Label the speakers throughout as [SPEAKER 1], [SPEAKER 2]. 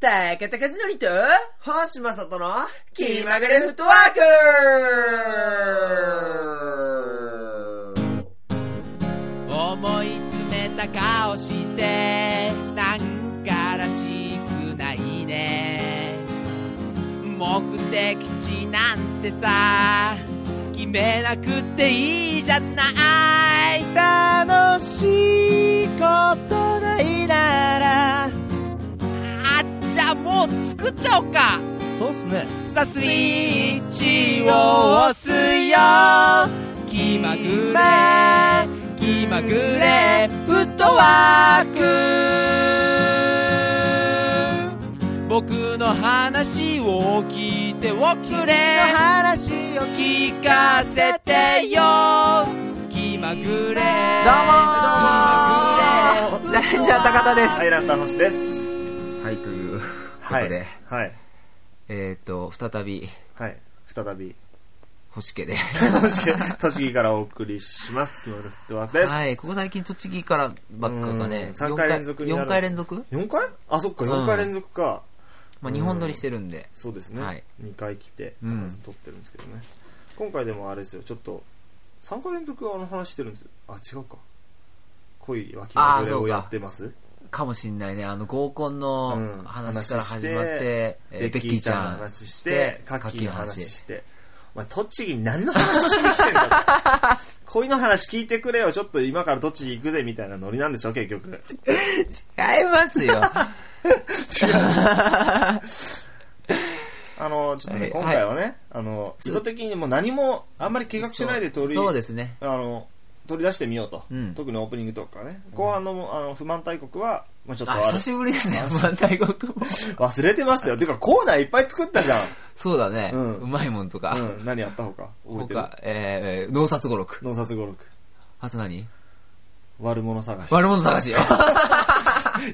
[SPEAKER 1] たかたかずのりと、
[SPEAKER 2] 星正人の
[SPEAKER 1] 気まぐれフットワーク
[SPEAKER 3] 思い詰めた顔してなんからしくないね目的地なんてさ決めなくていいじゃない楽しいことないならあじゃあもう作っちゃおうか
[SPEAKER 2] そうっすね
[SPEAKER 3] さあスイッチを押すよ気まぐれ気まぐれフットワーク僕の話を聞いておくれ
[SPEAKER 2] 話を
[SPEAKER 3] 聞かせてよ気まぐれ
[SPEAKER 1] どうもー
[SPEAKER 3] 気まぐれ
[SPEAKER 1] ジャレンジャー高田です
[SPEAKER 2] は。いランタン星です
[SPEAKER 1] はい、というこ
[SPEAKER 2] は
[SPEAKER 1] と
[SPEAKER 2] い
[SPEAKER 1] で、
[SPEAKER 2] はい
[SPEAKER 1] えっと、再び、
[SPEAKER 2] はい再 び
[SPEAKER 1] 星家で。
[SPEAKER 2] 栃木栃木からお送りします気まぐれフットワークです、
[SPEAKER 1] はい、ここ最近栃木からばっかが
[SPEAKER 2] う
[SPEAKER 1] ね
[SPEAKER 2] ん、三回連続になる
[SPEAKER 1] 4回連続
[SPEAKER 2] 4回あそっか
[SPEAKER 1] うん
[SPEAKER 2] 4回連続か、
[SPEAKER 1] まあ、2本撮りしてるんで。
[SPEAKER 2] そうですね、
[SPEAKER 1] はい
[SPEAKER 2] 2回来て
[SPEAKER 1] うん
[SPEAKER 2] 撮ってるんですけどね、今回でもあれですよちょっと3回連続あの話してるんですよあ違うか恋脇
[SPEAKER 1] あ
[SPEAKER 2] の
[SPEAKER 1] ー
[SPEAKER 2] れ
[SPEAKER 1] そ
[SPEAKER 2] を
[SPEAKER 1] うか
[SPEAKER 2] やってます
[SPEAKER 1] かもしんないね。あの、合コンの
[SPEAKER 2] うん
[SPEAKER 1] 話から始まって、えーベッキーちゃん
[SPEAKER 2] の話してカッキーの
[SPEAKER 1] カッキ
[SPEAKER 2] 話
[SPEAKER 1] ーの
[SPEAKER 2] してお前栃木に何の話をしに来てん だ恋の話聞いてくれよちょっと今から栃木行くぜみたいなノリなんでしょ結局違う
[SPEAKER 1] 違いますよ。
[SPEAKER 2] あのちょっとね、
[SPEAKER 1] はい
[SPEAKER 2] 今回はね、あの意図的にもう何もあんまり計画しないで通り
[SPEAKER 1] そうですね。
[SPEAKER 2] あの取り出してみようと、
[SPEAKER 1] うん
[SPEAKER 2] 特にオープニングとかね後半のあの不満大国は、まあ、ちょっと
[SPEAKER 1] あ、
[SPEAKER 2] あれ
[SPEAKER 1] 久しぶりですね、万大国も。
[SPEAKER 2] 忘れてましたよていうかコーナーいっぱい作ったじゃん、
[SPEAKER 1] そうだね。
[SPEAKER 2] うん
[SPEAKER 1] うまいもんとか。
[SPEAKER 2] うん、何やったほか覚えてる
[SPEAKER 1] 他、えー、えー、脳殺語録。
[SPEAKER 2] 脳殺語録
[SPEAKER 1] あと何
[SPEAKER 2] 悪者探し
[SPEAKER 1] 悪者探しよ。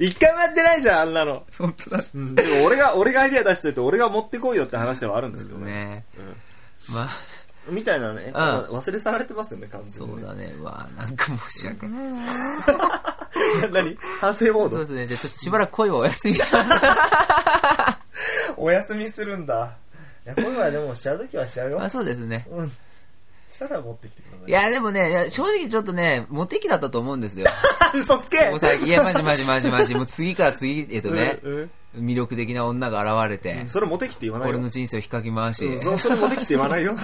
[SPEAKER 2] 一回もやってないじゃんあんなの、
[SPEAKER 1] 本当だ。
[SPEAKER 2] うん、でも俺が俺がアイデア出しといて俺が持ってこいよって話ではあるんですけどね
[SPEAKER 1] ねまあ、
[SPEAKER 2] みたいなね、忘れ去られてますよね完全
[SPEAKER 1] そ
[SPEAKER 2] に
[SPEAKER 1] う
[SPEAKER 2] ね
[SPEAKER 1] だね。わあ、なんか申し訳ない。
[SPEAKER 2] 何反省モー
[SPEAKER 1] そうで
[SPEAKER 2] ド
[SPEAKER 1] すね。じゃあちょっとしばらく恋はお休みし ます。
[SPEAKER 2] お休みするんだいや今はでもしちゃう時はしちゃうよ
[SPEAKER 1] まあそうですね。
[SPEAKER 2] うんしたら持ってきてください
[SPEAKER 1] いや、でもね、いや正直ちょっとね、モテ期だったと思うんですよ。
[SPEAKER 2] 嘘つけ
[SPEAKER 1] もう最近、いや、マジマジマジマジ、もう次から次へとね、
[SPEAKER 2] うん
[SPEAKER 1] 魅力的な女が現れて、
[SPEAKER 2] それモテキって言わないよ
[SPEAKER 1] 俺の人生を引っかき回し、
[SPEAKER 2] うんそそれモテキって言わない よ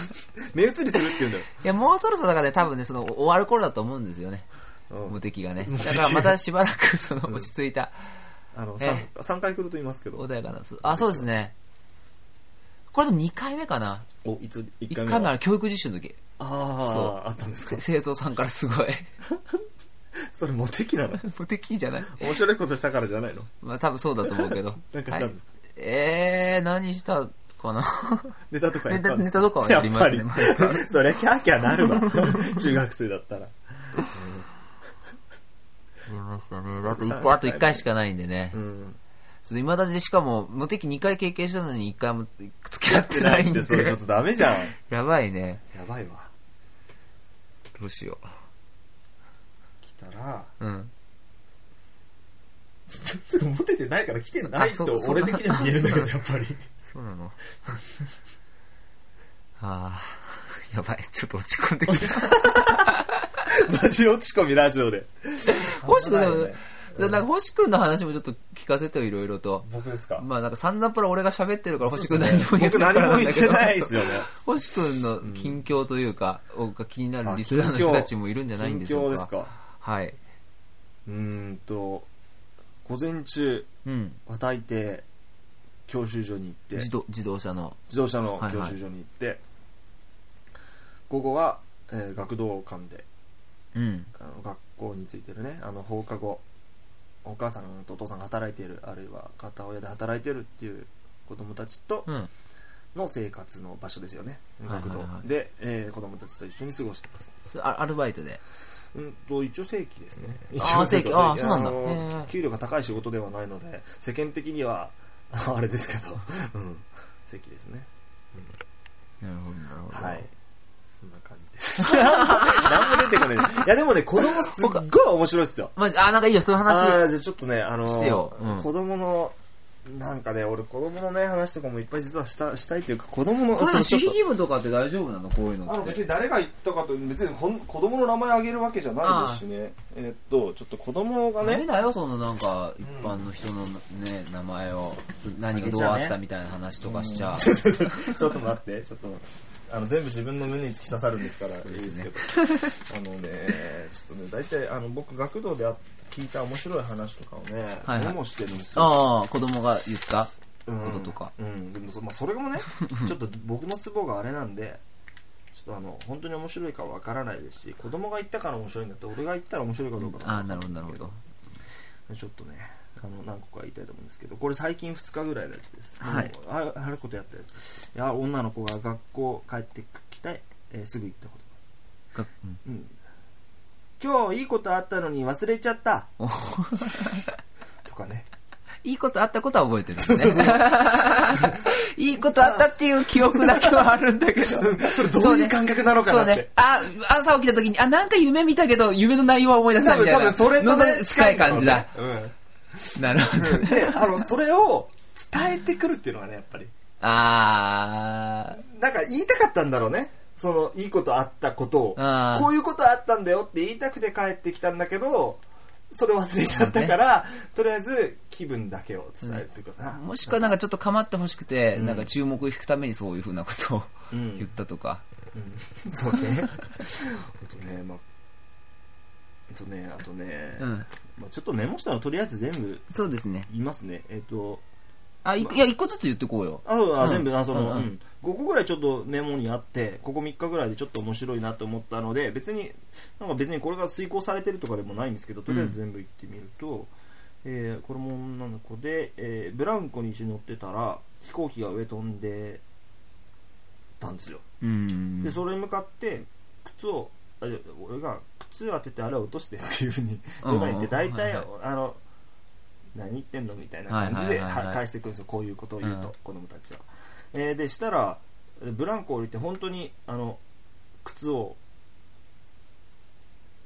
[SPEAKER 2] 目移りするって言うんだよ
[SPEAKER 1] いや、もうそろそろだからね、多分ね、その、終わる頃だと思うんですよね。
[SPEAKER 2] うん
[SPEAKER 1] モテ期がね。だからまたしばらく、その、落ち着いた、
[SPEAKER 2] あの
[SPEAKER 1] え
[SPEAKER 2] 3, 3回来ると言いますけど
[SPEAKER 1] 穏やかな。そうあ、そうですね。これでも2回目かな。
[SPEAKER 2] おいつ1
[SPEAKER 1] 1
[SPEAKER 2] 回
[SPEAKER 1] 回
[SPEAKER 2] 目
[SPEAKER 1] 目
[SPEAKER 2] は
[SPEAKER 1] は教育実習の時、
[SPEAKER 2] あああったんです
[SPEAKER 1] せ
[SPEAKER 2] か
[SPEAKER 1] 生徒さんからすごい、
[SPEAKER 2] それモテキなの
[SPEAKER 1] モテ期じゃない
[SPEAKER 2] 面白いことしたからじゃないの
[SPEAKER 1] まあ多分そうだと思うけど。
[SPEAKER 2] なんかしたんです
[SPEAKER 1] はいえー、何したかな
[SPEAKER 2] ネタとかやったんです
[SPEAKER 1] ネタネタとかはやりますね
[SPEAKER 2] やっぱ
[SPEAKER 1] 毎 回
[SPEAKER 2] そりゃキャーキャーなるわ 中学生だったら
[SPEAKER 1] やりましたね。だって一個、あと1回しかないんでね
[SPEAKER 2] う。ん
[SPEAKER 1] それ未だにしかも、モテ期2回経験したのに1回も付き合って ないん
[SPEAKER 2] で
[SPEAKER 1] で。
[SPEAKER 2] それちょっとダメじゃん
[SPEAKER 1] やばいね。
[SPEAKER 2] やばいわ
[SPEAKER 1] どうしよ
[SPEAKER 2] 来たら
[SPEAKER 1] う。うん。
[SPEAKER 2] ちょっとモテてないから来てない
[SPEAKER 1] あそ
[SPEAKER 2] と
[SPEAKER 1] そう
[SPEAKER 2] 俺的には見えるんだけどやっぱり
[SPEAKER 1] そうなの。 はあー、やばい。ちょっと落ち込んできた。
[SPEAKER 2] ラジオ落ち込みラジオで
[SPEAKER 1] 星君でも
[SPEAKER 2] 危ないね、
[SPEAKER 1] それなんか星君の話もちょっと聞かせてよ、いろいろと。
[SPEAKER 2] 僕ですか
[SPEAKER 1] まあなんか散々プラ俺が喋ってるから星
[SPEAKER 2] そう
[SPEAKER 1] 君
[SPEAKER 2] で
[SPEAKER 1] 何
[SPEAKER 2] す
[SPEAKER 1] も
[SPEAKER 2] ね
[SPEAKER 1] 言って
[SPEAKER 2] 僕
[SPEAKER 1] ないか
[SPEAKER 2] 何
[SPEAKER 1] ら
[SPEAKER 2] も
[SPEAKER 1] な
[SPEAKER 2] 言
[SPEAKER 1] んだ
[SPEAKER 2] っ
[SPEAKER 1] けど
[SPEAKER 2] てないですよね
[SPEAKER 1] 星君の近況というか、が気になるリスナーの人たちもいるんじゃないんでしょう
[SPEAKER 2] 近況
[SPEAKER 1] か。
[SPEAKER 2] ですか
[SPEAKER 1] はい。
[SPEAKER 2] うーんと午前中
[SPEAKER 1] うん。
[SPEAKER 2] 渡いて教習所に行って
[SPEAKER 1] 自動自動車の。
[SPEAKER 2] 自動車の教習所に行って、午後は、えー学童館で
[SPEAKER 1] うん。
[SPEAKER 2] あの学校についてるねあの放課後お母さんとお父さんが働いているあるいは片親で働いてるっていう子供たちと
[SPEAKER 1] うん。
[SPEAKER 2] の生活の場所ですよね、
[SPEAKER 1] はいはいはい
[SPEAKER 2] 学童で、えー子供たちと一緒に過ごしてます
[SPEAKER 1] それアアルバイトで。
[SPEAKER 2] うんと一応正規ですね一
[SPEAKER 1] あー
[SPEAKER 2] 応というか
[SPEAKER 1] 正規あーそうなんだ
[SPEAKER 2] の
[SPEAKER 1] へー
[SPEAKER 2] 給料が高い仕事ではないので世間的にはあれですけど、うん、正規ですね
[SPEAKER 1] なるほど、なるほど。
[SPEAKER 2] はい。そんな感じです。何も出てこない。いや、でもね、子供すっごい面白いっすよ。
[SPEAKER 1] まあ、あ、なんかいいよ、そういう
[SPEAKER 2] あ
[SPEAKER 1] 話。
[SPEAKER 2] ーじゃあちょっとね、あのー
[SPEAKER 1] してようん
[SPEAKER 2] 子供のなんかね俺子供のね話とかもいっぱい実はしたしたいというか子供の
[SPEAKER 1] これ
[SPEAKER 2] ちょ
[SPEAKER 1] 守
[SPEAKER 2] ちょっ
[SPEAKER 1] 秘
[SPEAKER 2] と
[SPEAKER 1] 義務とかって大丈夫なのこういう
[SPEAKER 2] あの
[SPEAKER 1] のっ
[SPEAKER 2] 別
[SPEAKER 1] て
[SPEAKER 2] に誰が言ったかと別にほん子供の名前あげるわけじゃないですしねえーっとちょっと子供が
[SPEAKER 1] ダメ
[SPEAKER 2] ね
[SPEAKER 1] だよそのなんか一般の人のね名前を何がどうあったみたいな話とかしちゃう
[SPEAKER 2] ちょっとちょっと待ってちょっと待ってあの全部自分の胸に突き刺さるんですからいいですけどあのねちょっとね大体あの僕学童であ聞いた面白い話とかをね
[SPEAKER 1] はいはい
[SPEAKER 2] メモしてるんですよ
[SPEAKER 1] ああ子供が言った
[SPEAKER 2] うん
[SPEAKER 1] こととか
[SPEAKER 2] うんでもそ,、まあ、それもね ちょっと僕のツボがあれなんでちょっとあの本当に面白いかわからないですし子供が言ったから面白いんだって俺が言ったら面白いかどうかも
[SPEAKER 1] ああなるほどなるほど
[SPEAKER 2] ちょっとねあの何個か言いたいと思うんですけどこれ最近2日ぐらいのやつです
[SPEAKER 1] はい
[SPEAKER 2] もうああることやったやついや女の子が学校帰ってきて、えーすぐ行ったこ
[SPEAKER 1] がうん
[SPEAKER 2] と、うん、今日いいことあったのに忘れちゃった
[SPEAKER 1] お
[SPEAKER 2] とかね
[SPEAKER 1] いいことあったことは覚えてる んだね いいことあったっていう記憶だけはあるんだけど
[SPEAKER 2] それどういう感覚なのか
[SPEAKER 1] そ
[SPEAKER 2] な
[SPEAKER 1] う
[SPEAKER 2] って、
[SPEAKER 1] ね。あ、朝起きた時に、あ、なんか夢見たけど、夢の内容は思い出せ ないみたいな。の
[SPEAKER 2] ね
[SPEAKER 1] と近い感じだ。
[SPEAKER 2] うん
[SPEAKER 1] なるほど。
[SPEAKER 2] であのそれを伝えてくるっていうのがねやっぱり
[SPEAKER 1] あ
[SPEAKER 2] なんか言いたかったんだろうねそのいいことあったことを
[SPEAKER 1] あー
[SPEAKER 2] こういうことあったんだよって言いたくて帰ってきたんだけどそれ忘れちゃったから、とりあえず気分だけを伝えるっていうことだ
[SPEAKER 1] ー、
[SPEAKER 2] な、
[SPEAKER 1] もしくはなんかちょっと構ってほしくて、
[SPEAKER 2] うん
[SPEAKER 1] なんか注目を引くためにそういうふうなことを
[SPEAKER 2] うん
[SPEAKER 1] 言ったとか。
[SPEAKER 2] うんそう ねあとね,、まあ、あとねあとね、
[SPEAKER 1] うん。
[SPEAKER 2] まあ、ちょっとメモしたのとりあえず全部
[SPEAKER 1] そうですね。
[SPEAKER 2] 言いますねえっ、と
[SPEAKER 1] あ、いいや、一個ずつ言ってこうよ。
[SPEAKER 2] あそうあ、
[SPEAKER 1] うん
[SPEAKER 2] 全部あその、
[SPEAKER 1] うんうん
[SPEAKER 2] 5個ぐらいちょっとメモにあってここ3日ぐらいでちょっと面白いなと思ったので別になんか別にこれが遂行されてるとかでもないんですけどとりあえず全部言ってみると、えーこれも女の子で、えーブランコに一緒に乗ってたら飛行機が上飛んでたんですよ
[SPEAKER 1] うん
[SPEAKER 2] で。それに向かって靴をあいや俺が靴当ててあれを落としてっていうふう に
[SPEAKER 1] うん
[SPEAKER 2] 冗談言って大体、
[SPEAKER 1] はい
[SPEAKER 2] あの何言ってんのみたいな感じで
[SPEAKER 1] はいはいはいはい
[SPEAKER 2] は返してくるんですよこういうことを言うと、
[SPEAKER 1] うん
[SPEAKER 2] 子供たちは、えーでしたらブランコ降りて本当にあの靴を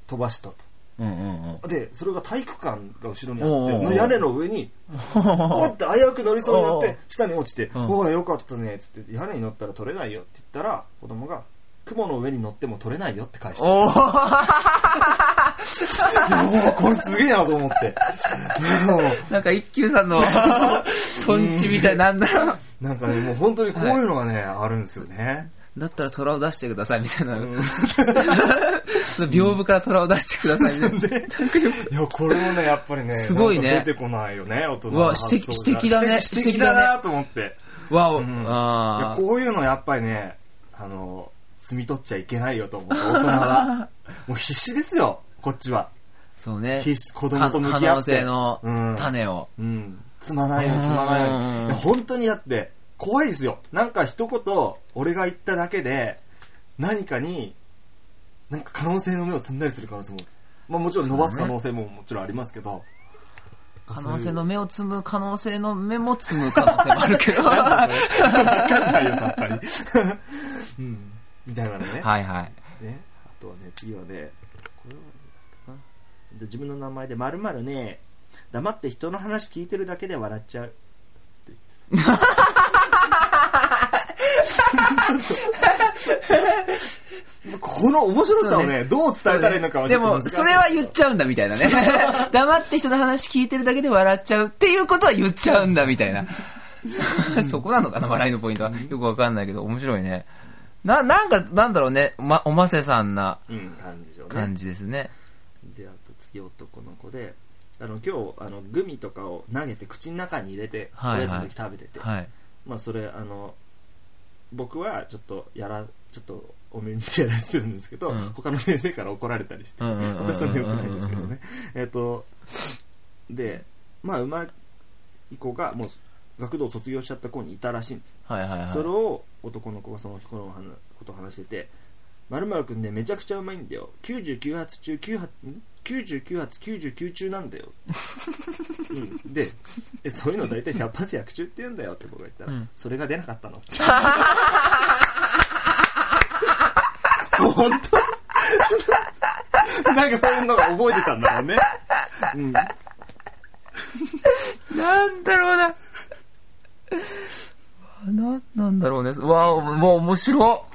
[SPEAKER 2] 飛ばしたと
[SPEAKER 1] うんうんうん。
[SPEAKER 2] でそれが体育館が後ろにあ
[SPEAKER 1] おうおうお
[SPEAKER 2] っ
[SPEAKER 1] う
[SPEAKER 2] て屋根の上 におって危うく乗りそうになっ
[SPEAKER 1] おうおう
[SPEAKER 2] て下に落ちて「
[SPEAKER 1] うん
[SPEAKER 2] おおよかったね」っつって「屋根に乗ったら取れないよ」って言ったら子供が「雲の上に乗っても取れないよ」って返して
[SPEAKER 1] おー
[SPEAKER 2] おおこれすげえなと思ってもう
[SPEAKER 1] なんか一休さ んの、トンチみたいなんだろう。
[SPEAKER 2] なんかねもう本当にこういうのがね、あるんですよね
[SPEAKER 1] だったら虎を出してくださいみたいな。 その屏風から虎を出してくださいみたいな。
[SPEAKER 2] いやこれもねやっぱりね
[SPEAKER 1] すごいね
[SPEAKER 2] なんか出てこないよね大人の
[SPEAKER 1] うわ
[SPEAKER 2] 発想じゃ
[SPEAKER 1] 指摘指摘だね
[SPEAKER 2] 指摘指摘だなと思って
[SPEAKER 1] わお、
[SPEAKER 2] んいや
[SPEAKER 1] あー
[SPEAKER 2] こういうのやっぱりねあの摘み取っちゃいけないよと思って大人は もう必死ですよこっちは
[SPEAKER 1] そうね。
[SPEAKER 2] 必死子供と向き
[SPEAKER 1] 可
[SPEAKER 2] 合
[SPEAKER 1] 能
[SPEAKER 2] って
[SPEAKER 1] 性の
[SPEAKER 2] うん
[SPEAKER 1] 種を。
[SPEAKER 2] うん。つまないよ、つまないよ。
[SPEAKER 1] うん
[SPEAKER 2] いや本当にだって、怖いですよ。なんか一言、俺が言っただけで、何かに、なんか可能性の目を積んだりする可能性も、まあもちろん伸ばす可能性ももちろんありますけど、
[SPEAKER 1] 可能性の目を積む可能性の目も積む可能性もある けど。は
[SPEAKER 2] わかんないよ、さっぱり。 うん。みたいなのね。
[SPEAKER 1] いはい。
[SPEAKER 2] ね、あとはね次はねこれはなんかな自分の名前で「まるまるね黙って人の話聞いてるだけで笑っちゃう」 ってちょっとこの面白さをねどう伝えたらいいのかはち
[SPEAKER 1] で
[SPEAKER 2] ょっと
[SPEAKER 1] も、
[SPEAKER 2] 難しい
[SPEAKER 1] それは言っちゃうんだみたい なね。黙って人の話聞いてるだけで笑っちゃうっていうことは言っちゃうんだみたい な。そこなのかな、笑いのポイントは。よくわかんないけど、面白いね。な、なんか、なんだろうね。ま、おませさんな
[SPEAKER 2] うん感じでしょうね
[SPEAKER 1] 感じですね。
[SPEAKER 2] であと次男の子であの今日あのグミとかを投げて口の中に入れて、
[SPEAKER 1] はいはい
[SPEAKER 2] おやつの時食べてて、
[SPEAKER 1] はい。
[SPEAKER 2] まあそれあの僕はちょっとやらちょっとお目にやらせてるんですけど、
[SPEAKER 1] うん
[SPEAKER 2] 他の先生から怒られたりして、
[SPEAKER 1] うんうんうんうんうん
[SPEAKER 2] 私は良くないですけどねえっとでまあうまい子がもう学童を卒業しちゃった子にいたらしいんです、
[SPEAKER 1] はいはいはい。
[SPEAKER 2] それを男の子がその子の話ことを話しててまるくんねめちゃくちゃうまいんだよ99発中9発ん99発99中なん だよ、うん、でえそういうの大体100発100中って言うんだよって僕が言ったら、
[SPEAKER 1] うん
[SPEAKER 2] それが出なか ったの本当 なんかそういうのが覚えてたんだろうね、うん、
[SPEAKER 1] なんだろうな。なんなんだろうね。うわあ、もう面白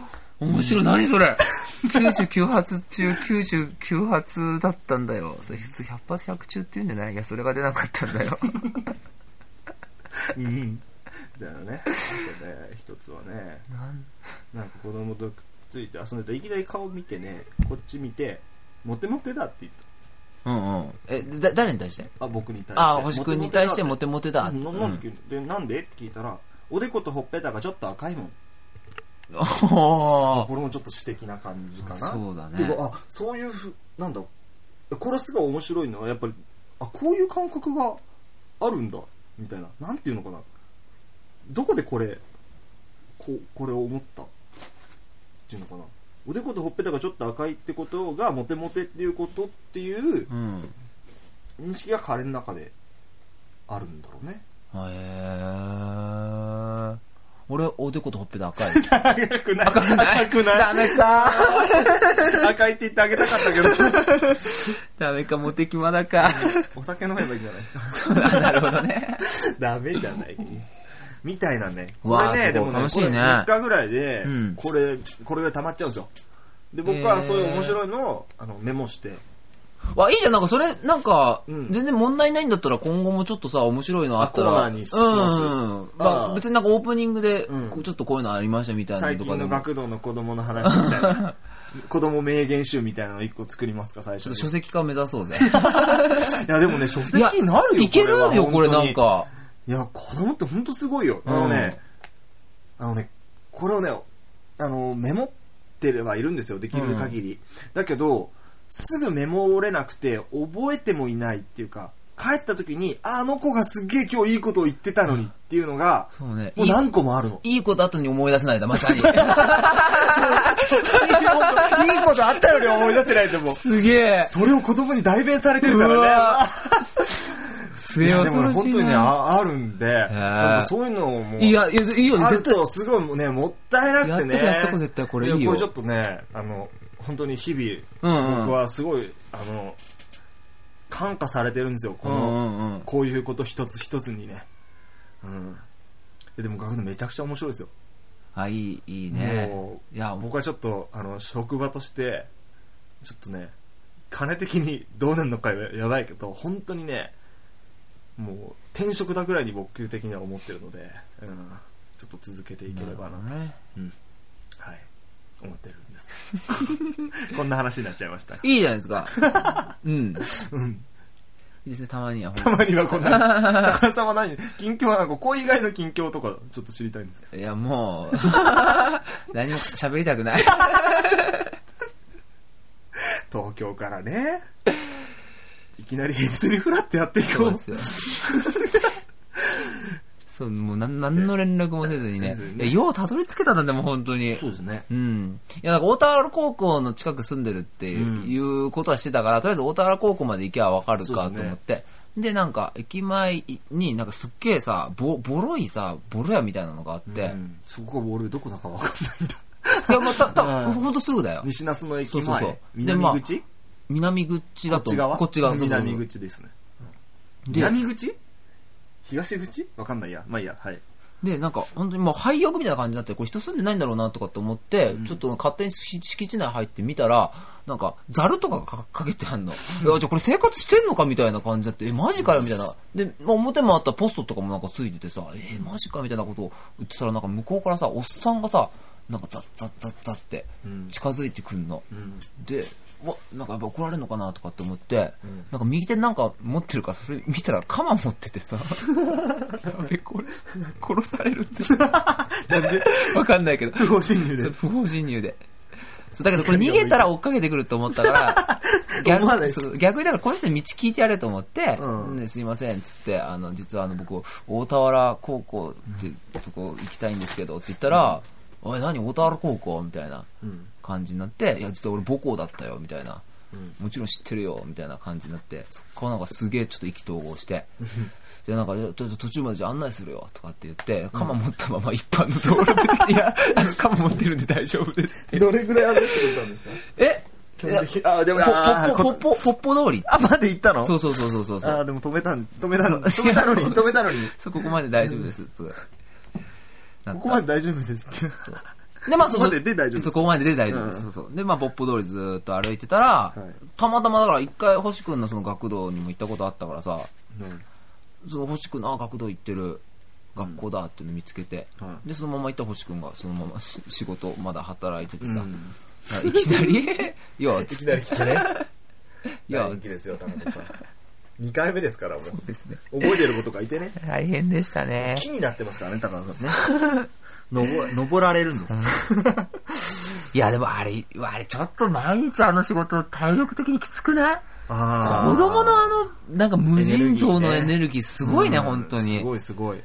[SPEAKER 1] い面白い、何それ ?99 発中99発だったんだよ。それ普通100発100中って言うんじゃないいや、それが出なかったんだよ。
[SPEAKER 2] うんだよねあとね一つはね
[SPEAKER 1] なん
[SPEAKER 2] なんか子供とくっついて遊んでたいきなり顔見てねこっち見てモテモテだって言っ
[SPEAKER 1] うんうん。え、だ、誰に対して
[SPEAKER 2] たあ僕に対して
[SPEAKER 1] ああ、星くんに対して
[SPEAKER 2] モ
[SPEAKER 1] モ
[SPEAKER 2] テ
[SPEAKER 1] テモテ
[SPEAKER 2] モテだ
[SPEAKER 1] だ。
[SPEAKER 2] っ
[SPEAKER 1] う
[SPEAKER 2] て
[SPEAKER 1] ん
[SPEAKER 2] ななんででなんでって聞いたらおでことほっぺたがちょっと赤いもん
[SPEAKER 1] おー
[SPEAKER 2] これもちょっと私的な感じかな
[SPEAKER 1] そうだね
[SPEAKER 2] てかあそういうふなんだこれすごい面白いのはやっぱりあこういう感覚があるんだみたいななんていうのかなどこでこれここれを思ったっていうのかなおでことほっぺたがちょっと赤いってことがモテモテっていうことっていう
[SPEAKER 1] うん。
[SPEAKER 2] 認識が彼の中であるんだろう ね
[SPEAKER 1] へー。俺、おでことほっぺた赤い。
[SPEAKER 2] 赤くない赤く
[SPEAKER 1] ないダメか。
[SPEAKER 2] 赤いって言ってあげたかったけど
[SPEAKER 1] ダメか、モテキマだか。
[SPEAKER 2] お酒飲めばいいんじゃないですか
[SPEAKER 1] そうだ、 なるほどね。
[SPEAKER 2] ダメじゃない。みたいなね。
[SPEAKER 1] うわー
[SPEAKER 2] これね、
[SPEAKER 1] す
[SPEAKER 2] で
[SPEAKER 1] ごい
[SPEAKER 2] も
[SPEAKER 1] 楽しいね
[SPEAKER 2] これ3日ぐらいで
[SPEAKER 1] うん、
[SPEAKER 2] これ、これが溜まっちゃうんですよ。で、僕
[SPEAKER 1] へ
[SPEAKER 2] は
[SPEAKER 1] ー
[SPEAKER 2] そういう面白いのを、あの、メモして。
[SPEAKER 1] わ、いいじゃん、なんかそれ、なんか、
[SPEAKER 2] うん
[SPEAKER 1] 全然問題ないんだったら今後もちょっとさ、面白いのあったら。
[SPEAKER 2] あコーナーにします
[SPEAKER 1] うんうんうん。ま
[SPEAKER 2] あ
[SPEAKER 1] あ、
[SPEAKER 2] あ
[SPEAKER 1] 別になんかオープニングで、
[SPEAKER 2] うん
[SPEAKER 1] こうちょっとこういうのありましたみたいな
[SPEAKER 2] 最
[SPEAKER 1] のとか
[SPEAKER 2] 近
[SPEAKER 1] で
[SPEAKER 2] の
[SPEAKER 1] も。ちょ
[SPEAKER 2] 学童の子供の話みたい な。子供名言集みたいなの1個作りますか、最初
[SPEAKER 1] っ
[SPEAKER 2] に。
[SPEAKER 1] と書
[SPEAKER 2] い
[SPEAKER 1] 籍化目指そう ぜ。
[SPEAKER 2] や、でもね、書籍になるよ、
[SPEAKER 1] いける
[SPEAKER 2] は
[SPEAKER 1] よ、これ
[SPEAKER 2] 本当
[SPEAKER 1] な
[SPEAKER 2] に
[SPEAKER 1] ん。か。
[SPEAKER 2] いや、子供って本当すごいよ。あのね、あのね、これをね、あの、メモってればいるんですよ、できる限り。だけど、すぐメモれなくて、覚えてもいないっていうか、帰った時に、ああの子がすっげえ今日いいことを言ってたのにっていうのが、
[SPEAKER 1] そうね。
[SPEAKER 2] もう
[SPEAKER 1] いい、
[SPEAKER 2] 何個もあるの。
[SPEAKER 1] いいこと後に思い出せないだ、まさに。
[SPEAKER 2] いいことあったのに思い出せないと思う。
[SPEAKER 1] すげえ。
[SPEAKER 2] それを子供に代弁されてる
[SPEAKER 1] う
[SPEAKER 2] からね。
[SPEAKER 1] わす
[SPEAKER 2] い
[SPEAKER 1] げえ
[SPEAKER 2] や、で
[SPEAKER 1] 恐
[SPEAKER 2] もね
[SPEAKER 1] ろしいな。
[SPEAKER 2] 本当にね、ああるんで、なんかそういうのをもう、
[SPEAKER 1] いや、いや、いいよ、
[SPEAKER 2] ある
[SPEAKER 1] 絶対。
[SPEAKER 2] とすごいね、もったいなくてね。
[SPEAKER 1] やっとこやっとこ絶対これいいよ
[SPEAKER 2] やこれちょっとね、あの、本当に日
[SPEAKER 1] うんう
[SPEAKER 2] 々、
[SPEAKER 1] ん
[SPEAKER 2] 僕はすごい、あの、感化されてるんですよ、こ
[SPEAKER 1] うん
[SPEAKER 2] の、
[SPEAKER 1] うんうん。
[SPEAKER 2] こういうこと一つ一つにね。うん。ででも、学童めちゃくちゃ面白いですよ。
[SPEAKER 1] あ、いい、いいね
[SPEAKER 2] も。
[SPEAKER 1] いや、
[SPEAKER 2] 僕はちょっと、あの、職場として、ちょっとね、金的にどうなんのかややばいけど、本当にね、もう転職だぐらいに僕的には思ってるので、うん、ちょっと続けていければなと
[SPEAKER 1] ね。
[SPEAKER 2] はい、思ってるんです こんな話になっちゃいました
[SPEAKER 1] いいじゃないですか。うん。い
[SPEAKER 2] うん
[SPEAKER 1] いですね、たまには。
[SPEAKER 2] たまにはこんな高田さんは何近況はなんか恋以外の近況とかちょっと知りたいんですけ
[SPEAKER 1] いや、もう、 何も喋りたくない。
[SPEAKER 2] ど東京からねいきなり平日にフラってやっていこ
[SPEAKER 1] そう うですよ。そう、もうなん、何の連絡もせずにね。いや、ようたどり着けたんだね、もう本当に。
[SPEAKER 2] そうですね
[SPEAKER 1] うん。いや、なんか大田原高校の近く住んでるっていう,、
[SPEAKER 2] うん
[SPEAKER 1] ことはしてたから、とりあえず大田原高校まで行けばわかる
[SPEAKER 2] そうだ
[SPEAKER 1] か
[SPEAKER 2] ね
[SPEAKER 1] と思って。で、なんか、駅前に、なんかすっげえさ、ぼ、ぼろいさ、ぼろ屋みたいなのがあって、
[SPEAKER 2] うん、そこが俺どこだか分かんないんだ
[SPEAKER 1] いや、もうた、
[SPEAKER 2] う
[SPEAKER 1] た、
[SPEAKER 2] ん
[SPEAKER 1] ほんとすぐだよ。
[SPEAKER 2] 西那須の駅前
[SPEAKER 1] そうそうそうで
[SPEAKER 2] 南
[SPEAKER 1] まあ
[SPEAKER 2] 口、
[SPEAKER 1] 南口だ
[SPEAKER 2] ことっち側
[SPEAKER 1] こっち側。そうそうそう
[SPEAKER 2] 南口ですね
[SPEAKER 1] で
[SPEAKER 2] 南口東口分かんないやまあいいやはい
[SPEAKER 1] で、なんか、本当にもう廃屋みたいな感じになって、これ人住んでないんだろうなとかって思って、ちょっと勝手に敷敷地内入ってみたら、なんか、ザルとかがかかけてあ んの。いや、じゃあこれ生活してんのかみたいな感じだって、え、マジかよみたいな。で、まあ表もあったポストとかもなんかついててさ、えマジかみたいなことを言ってたら、なんか向こうからさ、おっさんがさ、なんかザッザッザッザッって
[SPEAKER 2] うん
[SPEAKER 1] 近づいてくんの。
[SPEAKER 2] うん
[SPEAKER 1] で、うわ、なんかやっぱ怒られるのかなとかって思って、なんか右手なんか持ってるから、それ見たら鎌持っててさ、 やべ、これ、殺される って。
[SPEAKER 2] なんで
[SPEAKER 1] わかんないけど。
[SPEAKER 2] 不法侵入
[SPEAKER 1] そう
[SPEAKER 2] で
[SPEAKER 1] 不法侵入で。そうだけどこれ逃げたら追っかけてくると思ったから、
[SPEAKER 2] 思わない
[SPEAKER 1] そう逆にだからこの人に道聞いてやれと思って、
[SPEAKER 2] うん
[SPEAKER 1] ね、すいませんっつって、あの、実はあの僕、大田原高校っていうとこ行きたいんですけどって言ったら、おい、何大田原高校みたいな
[SPEAKER 2] うん
[SPEAKER 1] 感じになって、いや、実は俺母校だったよ、みたいな。
[SPEAKER 2] うん
[SPEAKER 1] もちろん知ってるよ、みたいな感じになって、そっからなんかすげえちょっと意気投 合して、で、なんか、いやちょっと途中までじゃあ案内するよ、とかって言って、鎌持ったまま一般の道路 で、いや、あの鎌持ってるんで大丈夫です。
[SPEAKER 2] どれぐらい歩いてくれたんですか
[SPEAKER 1] え
[SPEAKER 2] 基本的にあでもあー
[SPEAKER 1] ポ
[SPEAKER 2] こ
[SPEAKER 1] ッポ、ポッポ、ポッポ通り。
[SPEAKER 2] あ、まで行ったの
[SPEAKER 1] そうそうそうそうそう。
[SPEAKER 2] あーでも止めたん、止めたの、止めたのに、止めたのに。
[SPEAKER 1] そう、ここまで大丈夫です。とかな
[SPEAKER 2] こ
[SPEAKER 1] っ
[SPEAKER 2] こま
[SPEAKER 1] た
[SPEAKER 2] で。大丈夫ですって。
[SPEAKER 1] で、まあ、
[SPEAKER 2] ここまでで大丈夫です
[SPEAKER 1] そこまでで大丈夫です。
[SPEAKER 2] うん
[SPEAKER 1] そうそう。で、まあ、ぼっぽ通りずーっと歩いてたら、
[SPEAKER 2] い
[SPEAKER 1] たまたまだから一回星くんのその学童にも行ったことあったからさ、その星くんの、あ、学童行ってる、学校だっていうの見つけて、
[SPEAKER 2] うんは
[SPEAKER 1] で、そのまま行った星くんが、そのままし仕事、まだ働いててさ、
[SPEAKER 2] うん
[SPEAKER 1] いき なり、いや、
[SPEAKER 4] い
[SPEAKER 1] つ
[SPEAKER 4] きなり来てね。
[SPEAKER 1] いや
[SPEAKER 4] 大人気ですよ、田本さん。2回目ですから、も
[SPEAKER 1] そうですね。
[SPEAKER 4] う。覚えてることがいてね。
[SPEAKER 1] 大変でしたね。
[SPEAKER 4] 木になってますからね、高田さんね。
[SPEAKER 2] 登登られるんです。
[SPEAKER 1] いや、でもあれ、あれ、ちょっと毎日あの仕事、体力的にきつくない
[SPEAKER 2] あー
[SPEAKER 1] 子供のあの、なんか無尽蔵の
[SPEAKER 2] エ
[SPEAKER 1] エ
[SPEAKER 2] ネ
[SPEAKER 1] ネルギーすごいね、
[SPEAKER 2] うん
[SPEAKER 1] 本当に。
[SPEAKER 2] すごいすごい。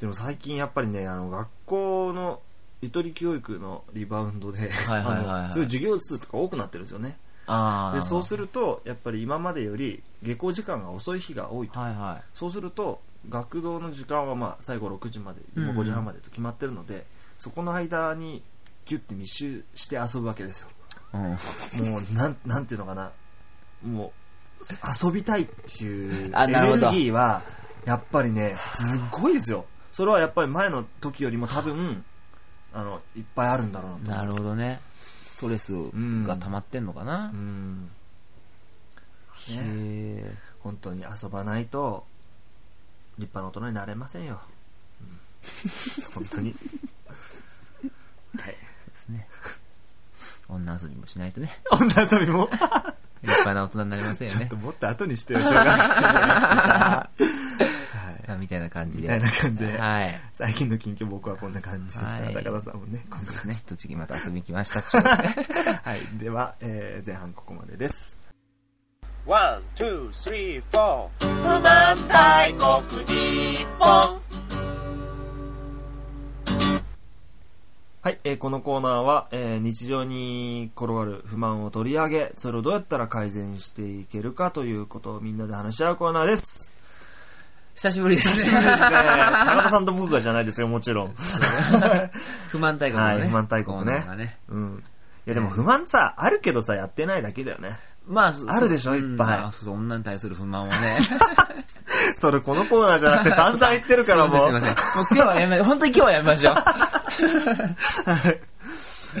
[SPEAKER 2] でも最近やっぱりね、あの、学校の、ゆとり教育のリバウンドで、
[SPEAKER 1] はいはいはいはい
[SPEAKER 2] あのそういう授業数とか多くなってるんですよね。
[SPEAKER 1] ああ。
[SPEAKER 2] で、そうすると、やっぱり今までより下校時間が遅い日が多いと。
[SPEAKER 1] はいは
[SPEAKER 2] そうすると、学童の時間はまあ、最後6時まで、
[SPEAKER 1] うん
[SPEAKER 2] もう5時半までと決まってるので、そこの間に、ギュッて密集して遊ぶわけですよ。
[SPEAKER 1] い。うん。
[SPEAKER 2] もう なん、なんていうのかな、もう、す遊びたいっていう
[SPEAKER 1] あ
[SPEAKER 2] エ
[SPEAKER 1] なる
[SPEAKER 2] ネ
[SPEAKER 1] ほ
[SPEAKER 2] ル
[SPEAKER 1] ど
[SPEAKER 2] ギーは、やっぱりね、すっごいですよ。それはやっぱり前の時よりも多分、あの、いっぱいあるんだろうなと。
[SPEAKER 1] なるほどね。ストレスが溜まってんのかな
[SPEAKER 2] う。ん。
[SPEAKER 1] へ
[SPEAKER 2] ね
[SPEAKER 1] え。
[SPEAKER 2] 本当に遊ばないと、立派な大人になれませんよ。うん、本 当に。はい。
[SPEAKER 1] ですね。女遊びもしないとね、
[SPEAKER 2] 女遊びも、
[SPEAKER 1] 立派な大人になりません
[SPEAKER 2] ち
[SPEAKER 1] よ
[SPEAKER 2] ょっ
[SPEAKER 1] ね
[SPEAKER 2] と。もっと後にしてよ、小学生のやつさ はい。
[SPEAKER 1] まあみたいな感じで。
[SPEAKER 2] みたいな感じで
[SPEAKER 1] はい。
[SPEAKER 2] 最近の近況僕はこんな感じでした、
[SPEAKER 1] はい
[SPEAKER 2] 高田さんもねこんな
[SPEAKER 1] で
[SPEAKER 2] 感
[SPEAKER 1] す
[SPEAKER 2] じ
[SPEAKER 1] ね。栃木また遊びに来ましたっちゅうことで。
[SPEAKER 2] はいでは、えー前半ここまでです
[SPEAKER 5] ワン、ツー、スリー、フォー。不満大国日本。
[SPEAKER 2] はい、えーこのコーナーは、えー日常に転がる不満を取り上げそれをどうやったら改善していけるかということをみんなで話し合うコーナーです
[SPEAKER 1] 久しぶりです
[SPEAKER 2] そうですね
[SPEAKER 1] ね。
[SPEAKER 2] 高田さんと僕がじゃないですよもちろん、
[SPEAKER 1] 不満大国の
[SPEAKER 2] は
[SPEAKER 1] ね。
[SPEAKER 2] い不満大国
[SPEAKER 1] コーナ
[SPEAKER 2] ね
[SPEAKER 1] ーがね。
[SPEAKER 2] うんいやでも不満さあるけどさやってないだけだよね
[SPEAKER 1] まあ、そ
[SPEAKER 2] あるでしょ
[SPEAKER 1] そう
[SPEAKER 2] いっぱい
[SPEAKER 1] うんあそうそう、女に対する不 満をね。
[SPEAKER 2] それこのコーナーじゃなくて散々言ってるからも
[SPEAKER 1] す
[SPEAKER 2] う
[SPEAKER 1] いません、すいません。もう今日はやめ、本当に今日はやめ ましょう。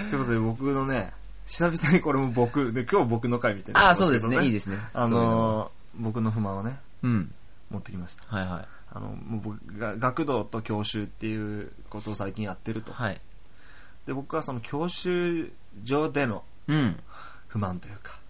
[SPEAKER 2] ということで僕のね、久々にこれも僕、で今日僕の回みたいな、
[SPEAKER 1] あそうですねいいですね
[SPEAKER 2] あのー、僕の不満をね、
[SPEAKER 1] うん。
[SPEAKER 2] 持ってきました。
[SPEAKER 1] はいはい。
[SPEAKER 2] あの、もう僕が学童と教習っていうことを最近やってると。
[SPEAKER 1] はい。
[SPEAKER 2] で、僕はその教習所での
[SPEAKER 1] うん。
[SPEAKER 2] 不満というか、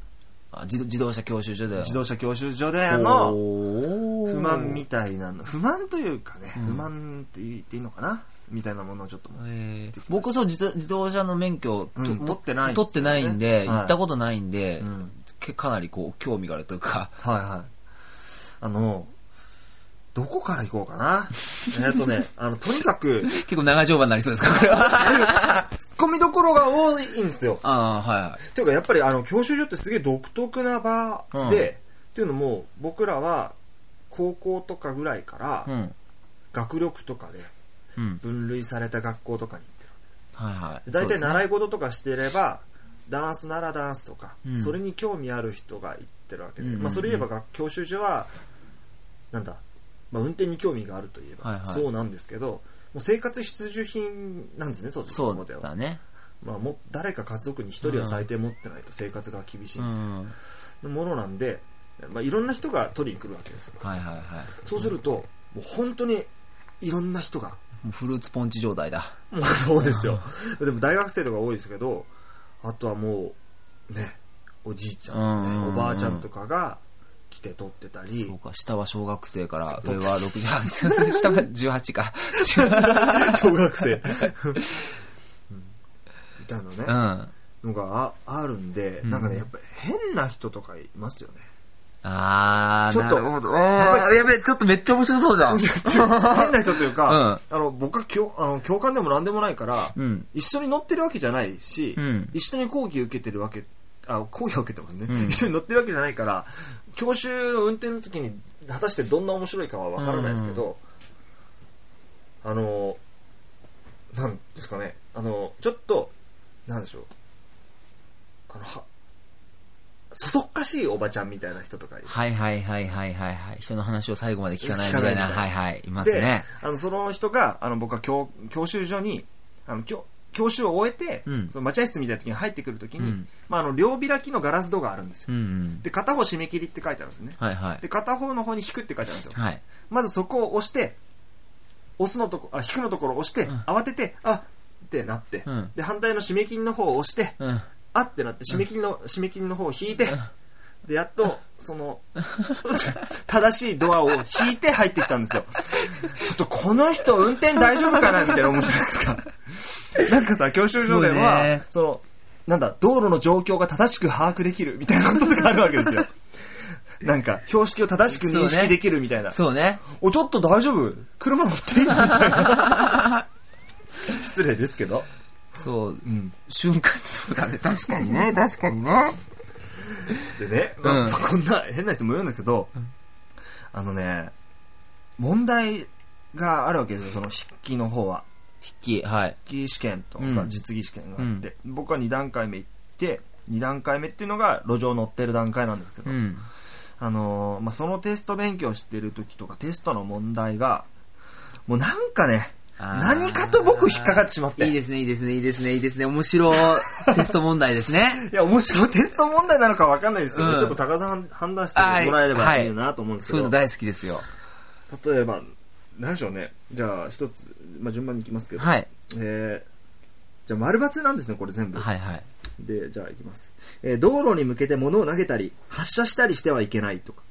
[SPEAKER 1] あ自動自動車教習所で。
[SPEAKER 2] 自動車教習所での
[SPEAKER 1] の
[SPEAKER 2] 不満みたいなの、不満というかね、
[SPEAKER 1] うん
[SPEAKER 2] 不満って言っていいのかなみたいなものをちょっと持って
[SPEAKER 1] えー僕そう自動自動車の免許をと
[SPEAKER 2] うん取ってないんですよね
[SPEAKER 1] 取ってないんで、
[SPEAKER 2] い
[SPEAKER 1] 行ったことないんで、
[SPEAKER 2] ん
[SPEAKER 1] けかなりこう興味があるというか
[SPEAKER 2] はいはい。あの、どこから行こうか な。えっとね、あの、とにかく、
[SPEAKER 1] 結構長丁場になりそうですかこれ は
[SPEAKER 2] ツッコミどころが多いんですよ。
[SPEAKER 1] ああはいはい
[SPEAKER 2] ていうか、やっぱりあの、教習所ってすげえ独特な場で、
[SPEAKER 1] うん
[SPEAKER 2] っていうのも、僕らは、高校とかぐらいから、
[SPEAKER 1] うん
[SPEAKER 2] 学力とかで
[SPEAKER 1] うん
[SPEAKER 2] 分類された学校とかに行って
[SPEAKER 1] はいはい
[SPEAKER 2] る。大体習
[SPEAKER 1] い
[SPEAKER 2] い事とかしてれば、ダンスならダンスとか、
[SPEAKER 1] うん
[SPEAKER 2] それに興味ある人が行ってるわけで、
[SPEAKER 1] うんうんうん
[SPEAKER 2] まあ、それ言えば学教習所は、なんだ、まあ、運転に興味があるといえば、
[SPEAKER 1] はいはい
[SPEAKER 2] そうなんですけど、もう生活必需品なんですね、当時の
[SPEAKER 1] そ
[SPEAKER 2] 高
[SPEAKER 1] う
[SPEAKER 2] 校では。
[SPEAKER 1] だね
[SPEAKER 2] まあ、も誰か家族に一人は最低持ってないと生活が厳し
[SPEAKER 1] うんはい
[SPEAKER 2] いものなんで、まあ、いろんな人が取りに来るわけですよ
[SPEAKER 1] はいはい
[SPEAKER 2] そうすると、もう本当にいろんな人が
[SPEAKER 1] もうフルーツポンチ状態だ
[SPEAKER 2] もうそうですよでも大学生とか多いですけどあとはもうねおじいちゃんとか
[SPEAKER 1] うんうん
[SPEAKER 2] ね
[SPEAKER 1] うん
[SPEAKER 2] おばあちゃんとかが来て取ってた
[SPEAKER 1] そ
[SPEAKER 2] り
[SPEAKER 1] うか下は小学生から上は60 下は18か18
[SPEAKER 2] 小学 生うんみたいなね、
[SPEAKER 1] うん
[SPEAKER 2] のがああるんで、なんか
[SPEAKER 1] う
[SPEAKER 2] ね
[SPEAKER 1] ん
[SPEAKER 2] やっぱ変な人とかいます よね
[SPEAKER 1] ああ
[SPEAKER 2] ちょっと
[SPEAKER 1] なるほどあーやべえちょっとめっちゃ面白そうじゃん
[SPEAKER 2] 変な人というか、あの僕は教あの教官でも何でもないから、
[SPEAKER 1] うん
[SPEAKER 2] 一緒に乗ってるわけじゃないし、
[SPEAKER 1] うん
[SPEAKER 2] 一緒に講義受けてるわけあ講義は受けてますね、
[SPEAKER 1] うん
[SPEAKER 2] 一緒に乗ってるわけじゃないから教習の運転の時に果たしてどんな面白いかは分からないですけど、あのなんですかねあのちょっとなんでしょうあのはそそっかしいおばちゃんみたいな人とかいる
[SPEAKER 1] はいはいはいはいはいはい。人の話を最後まで聞かないみたいな。
[SPEAKER 2] 聞かない
[SPEAKER 1] は
[SPEAKER 2] いみたいな
[SPEAKER 1] はい。います
[SPEAKER 2] で、
[SPEAKER 1] ね。
[SPEAKER 2] あのその人があの僕は教教習所にあの教教習を終えて、
[SPEAKER 1] うん
[SPEAKER 2] その待合室みたいな時に入ってくるときに、
[SPEAKER 1] うん
[SPEAKER 2] まあ、あの両開きのガラス戸があるんですよ、
[SPEAKER 1] うんうん。
[SPEAKER 2] で片方締め切りって書いてあるんですね、
[SPEAKER 1] はいはい
[SPEAKER 2] で。片方の方に引くって書いてあるんですよ、
[SPEAKER 1] はい。
[SPEAKER 2] まずそこを押して押すのとこあ引くのところを押して、
[SPEAKER 1] うん
[SPEAKER 2] 慌ててあってなって、
[SPEAKER 1] うん
[SPEAKER 2] で反対の締め切りの方を押して、
[SPEAKER 1] うん。
[SPEAKER 2] あってなって締め切りの、締め切りの方を引いて、でやっとその正しいドアを引いて入ってきたんですよちょっとこの人運転大丈夫かなみたいな思うじゃないですかなんかさ教習所です
[SPEAKER 1] ご
[SPEAKER 2] は、
[SPEAKER 1] いね
[SPEAKER 2] そのなんだ道路の状況が正しく把握できるみたいなこととかあるわけですよなんか標識を正しく認識できるみたいな、
[SPEAKER 1] そうね。
[SPEAKER 2] おちょっと大丈夫車乗っていいみたいな 失礼ですけど
[SPEAKER 1] そう。うん。瞬間、そうだね。確かにね。確かにね。
[SPEAKER 2] でね、
[SPEAKER 1] うん
[SPEAKER 2] まあこんな変な人もいるんだけど、あのね、問題があるわけですよ、その筆記の方は。
[SPEAKER 1] 引き、はい。
[SPEAKER 2] 筆記試験と
[SPEAKER 1] う
[SPEAKER 2] か
[SPEAKER 1] ん
[SPEAKER 2] 実技試験があって、僕は2段階目行って、2段階目っていうのが路上乗ってる段階なんですけど、
[SPEAKER 1] うん。
[SPEAKER 2] あのーまあ、そのテスト勉強してる時とかテストの問題が、もうなんかね、
[SPEAKER 1] あー
[SPEAKER 2] 何かと僕引っかかってしまって。
[SPEAKER 1] いいですね、いいですね、いいですね、いいですね。面白いテスト問題です ね。
[SPEAKER 2] いや、面白い。テスト問題なのかわかんないですけど、
[SPEAKER 1] うん
[SPEAKER 2] ちょっと高田さん判断してもらえればいいなと思うんです
[SPEAKER 1] そ
[SPEAKER 2] け
[SPEAKER 1] うい
[SPEAKER 2] ど
[SPEAKER 1] うの、大好きですよ。
[SPEAKER 2] 例えば、何でしょうね。じゃあ、一つ、まあ、順番にいきますけど。
[SPEAKER 1] はい。
[SPEAKER 2] えーじゃあ、丸×なんですね、これ全部。
[SPEAKER 1] はいはい。
[SPEAKER 2] で、じゃあ、いきます。えー道路に向けて物を投げたり、発射したりしてはいけないと か。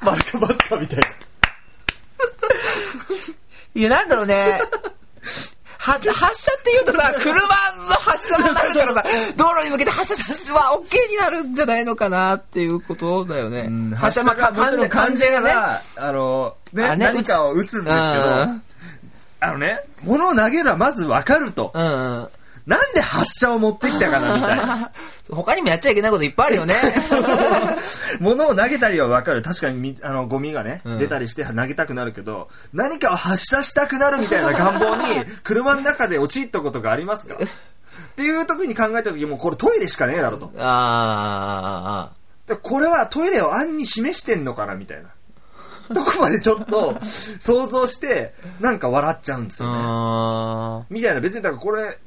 [SPEAKER 2] 丸か×かみたいな。
[SPEAKER 1] いや、なんだろうね。 は、発射って言うとさ、車の発射になるからさ、道路に向けて発射は OK になるんじゃないのかなっていうことだよね。
[SPEAKER 2] 発射、まあ、かもちろん漢字
[SPEAKER 1] ね
[SPEAKER 2] がね、あの、
[SPEAKER 1] あ
[SPEAKER 2] ね、
[SPEAKER 1] ね
[SPEAKER 2] 何かを打つんですけど、
[SPEAKER 1] うん
[SPEAKER 2] あのね、物を投げるはまずわかると。
[SPEAKER 1] うんうん。
[SPEAKER 2] なんで発射を持ってきたかなみたいな。
[SPEAKER 1] 他にもやっちゃいけないこといっぱいあ るよね。
[SPEAKER 2] 物を投げたりはわかる。確かにみ、あの、ゴミがね、
[SPEAKER 1] うん
[SPEAKER 2] 出たりして投げたくなるけど、何かを発射したくなるみたい な願望に、車の中で陥ったことがありますかっていう時に考えた時もうこれトイレしかねえだろと。
[SPEAKER 1] あ
[SPEAKER 2] でこれはトイレを暗に示してんのかなみたいな。どこまでちょっと想像して、なんか笑っちゃうんです
[SPEAKER 1] ーあー、
[SPEAKER 2] よね。
[SPEAKER 1] あー。
[SPEAKER 2] みたいな、別にだからこれ、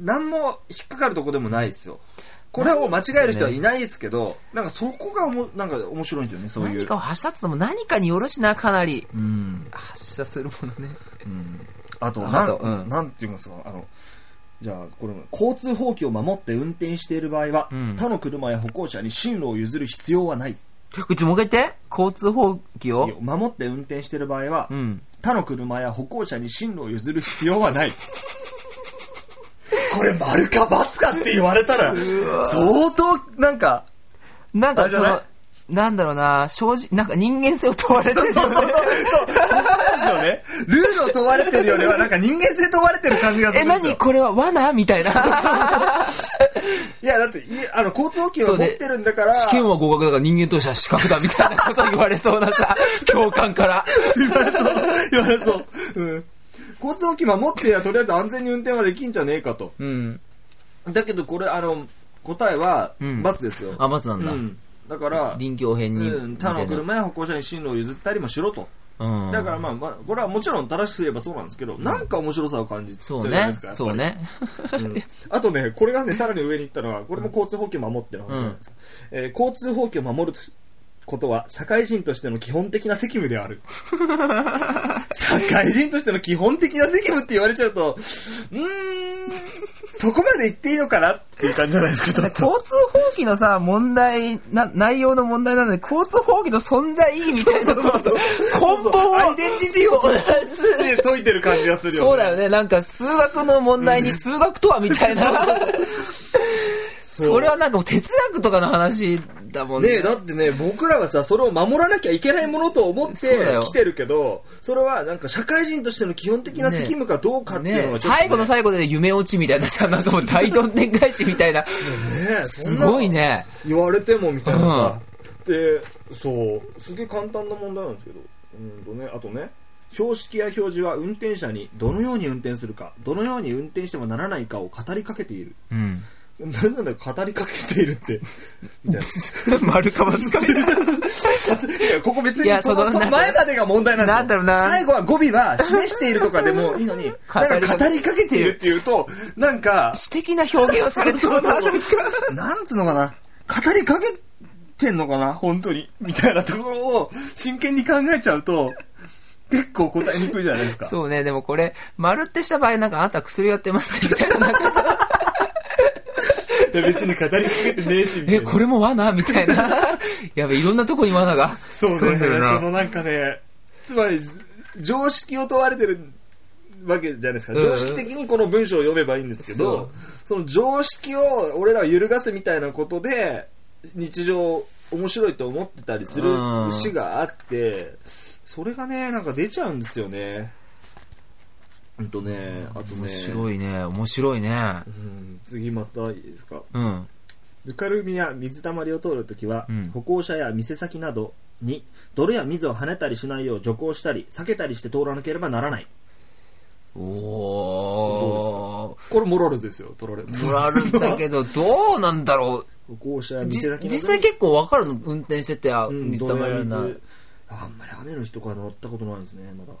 [SPEAKER 2] 何も引っかかるとこでもないですよ。これを間違える人はいないですけど、なんかそこがおも、なんか面白いんですよね、そうい
[SPEAKER 1] 何
[SPEAKER 2] う
[SPEAKER 1] か。を発射ってのも何かによるしな、かなり。
[SPEAKER 2] うん。
[SPEAKER 1] 発射するものね。
[SPEAKER 2] あと、
[SPEAKER 1] あ
[SPEAKER 2] な
[SPEAKER 1] あ
[SPEAKER 2] ん、
[SPEAKER 1] とうん
[SPEAKER 2] なんて言いますか、あの、じゃあ、これ、交通法規を守って運転している場合は、
[SPEAKER 1] うん
[SPEAKER 2] 他の車や歩行者に進路を譲る必要はない。
[SPEAKER 1] うちもう一回言って交通法規を
[SPEAKER 2] 守って運転している場合は、
[SPEAKER 1] うん。
[SPEAKER 2] 他の車や歩行者に進路を譲る必要はない。これ、丸か×かって言われたら、相当、なんか、
[SPEAKER 1] なん
[SPEAKER 2] あ
[SPEAKER 1] か
[SPEAKER 2] れじ
[SPEAKER 1] そ
[SPEAKER 2] ゃな
[SPEAKER 1] の
[SPEAKER 2] い、
[SPEAKER 1] なんだろうな、正直、なんか人間性を問われてるよね。
[SPEAKER 2] そうね。ルールを問われてるよりは、なんか人間性問われてる感じがす
[SPEAKER 1] え、
[SPEAKER 2] るんです
[SPEAKER 1] 何
[SPEAKER 2] よ。
[SPEAKER 1] これは罠みたいな。
[SPEAKER 2] いや、だって、いあの、交通法規を持ってるんだから、
[SPEAKER 1] 試験は合格だから人間としては資格だみたいなこと言われそうなさ、教官から。
[SPEAKER 2] 言われそう。言われそう。うん。交通法規守ってりゃ、とりあえず安全に運転はできんじゃねえかと。
[SPEAKER 1] うん。
[SPEAKER 2] だけど、これ、あの、答えは、
[SPEAKER 1] うん
[SPEAKER 2] 罰ですよ。
[SPEAKER 1] あ、罰な
[SPEAKER 2] うん
[SPEAKER 1] だ。
[SPEAKER 2] ん。だから、
[SPEAKER 1] 臨機応変に。
[SPEAKER 2] うん、他の車や歩行者に進路を譲ったりもしろと。
[SPEAKER 1] うん。
[SPEAKER 2] だからまあ、まあ、これはもちろん正しくすればそうなんですけど、なんか面白さを感じちゃ
[SPEAKER 1] そうう
[SPEAKER 2] じゃないで
[SPEAKER 1] ね
[SPEAKER 2] すか。。
[SPEAKER 1] そうね。
[SPEAKER 2] うんあとね、これがね、さらに上に行ったのは、これも交通法規を守ってる話なんですよ、えー交通法規を守ることは、社会人としての基本的な責務であ る。社会人としての基本的な責務って言われちゃうと、うーん、そこまで言っていいのかなっていう感じじゃないですか、ちょっ と。
[SPEAKER 1] 交通法規のさ、問題、な、内容の問題なので、交通法規の存在意義みたいなことと、根本を。
[SPEAKER 2] アイデンティティを
[SPEAKER 1] 同
[SPEAKER 2] で
[SPEAKER 1] じ
[SPEAKER 2] 解いてる感じがするよね。
[SPEAKER 1] そうだよね。なんか数学の問題に数学とはみたいな。
[SPEAKER 2] う
[SPEAKER 1] それはなんかもう哲学とかの話だもんね。
[SPEAKER 2] ねえ、だってね、僕らはさ、それを守らなきゃいけないものと思って
[SPEAKER 1] そうだよ
[SPEAKER 2] 来てるけど、それはなんか社会人としての基本的な責務かどうかっていうの
[SPEAKER 1] ね
[SPEAKER 2] がちょっとね、
[SPEAKER 1] 最後の最後で夢落ち みたいなさ、なんかもう大どんでん返しみたいな。
[SPEAKER 2] ねえそ
[SPEAKER 1] す
[SPEAKER 2] んな
[SPEAKER 1] ごいね。
[SPEAKER 2] 言われてもみたいなさ、でそうすげえ簡単な問題なんですけどうんと、ね、あとね標識や表示は運転者にどのように運転するかどのように運転してはならないかを語りかけている
[SPEAKER 1] うん。
[SPEAKER 2] なんなんだよ語りかけているって。 みたい
[SPEAKER 1] 丸かばつかみ
[SPEAKER 2] な。いや、ここ別
[SPEAKER 1] いや
[SPEAKER 2] にその
[SPEAKER 1] そのなんか
[SPEAKER 2] 前までが問題なんですよ
[SPEAKER 1] なんだろうな
[SPEAKER 2] 最後は語尾は示しているとかでもいいのに、なんか語りかけているっていうと、なんか、
[SPEAKER 1] 詩的な表現をされて
[SPEAKER 2] そう
[SPEAKER 1] る
[SPEAKER 2] そうそう。 なんつうのかな。語りかけてんのかな本当に。みたいなところを真剣に考えちゃうと、結構答えにくいじゃないですか。
[SPEAKER 1] そうね、でもこれ、丸ってした場合、なんかあなた薬やってますねみたいな、な んかさ、
[SPEAKER 2] いや別に語りかけてねえし、みたい
[SPEAKER 1] え、
[SPEAKER 2] な。
[SPEAKER 1] これも罠みたいな。やべ、いろんなとこに罠が。
[SPEAKER 2] そうね。そ
[SPEAKER 1] だよな
[SPEAKER 2] のなんかね、つまり、常識を問われてるわけじゃないですか。
[SPEAKER 1] うん
[SPEAKER 2] 常識的にこの文章を読めばいいんですけ
[SPEAKER 1] そ
[SPEAKER 2] ど
[SPEAKER 1] う、
[SPEAKER 2] その常識を俺らは揺るがすみたいなことで、日常面白いと思ってたりする
[SPEAKER 1] うん
[SPEAKER 2] 節があって、それがね、なんか出ちゃうんですよね。うんとね、あとね、
[SPEAKER 1] 面白いね、面白いね。
[SPEAKER 2] うん次またいいですか。
[SPEAKER 1] うん。
[SPEAKER 2] ぬかるみや水たまりを通るときは、
[SPEAKER 1] うん
[SPEAKER 2] 歩行者や店先などに泥や水を跳ねたりしないよう徐行したり避けたりして通らなければならない
[SPEAKER 1] おー。
[SPEAKER 2] これモラルですよ取られ
[SPEAKER 1] 取られたけど、どうなんだろ
[SPEAKER 2] 歩行者や
[SPEAKER 1] う。じ
[SPEAKER 2] 店先など
[SPEAKER 1] 実際結構わかるの運転してて、あ、
[SPEAKER 2] うん
[SPEAKER 1] 水溜
[SPEAKER 2] 泥
[SPEAKER 1] ま
[SPEAKER 2] や
[SPEAKER 1] り
[SPEAKER 2] 水
[SPEAKER 1] な。で
[SPEAKER 2] あんまり雨の日とか乗ったことないですねまだ
[SPEAKER 1] も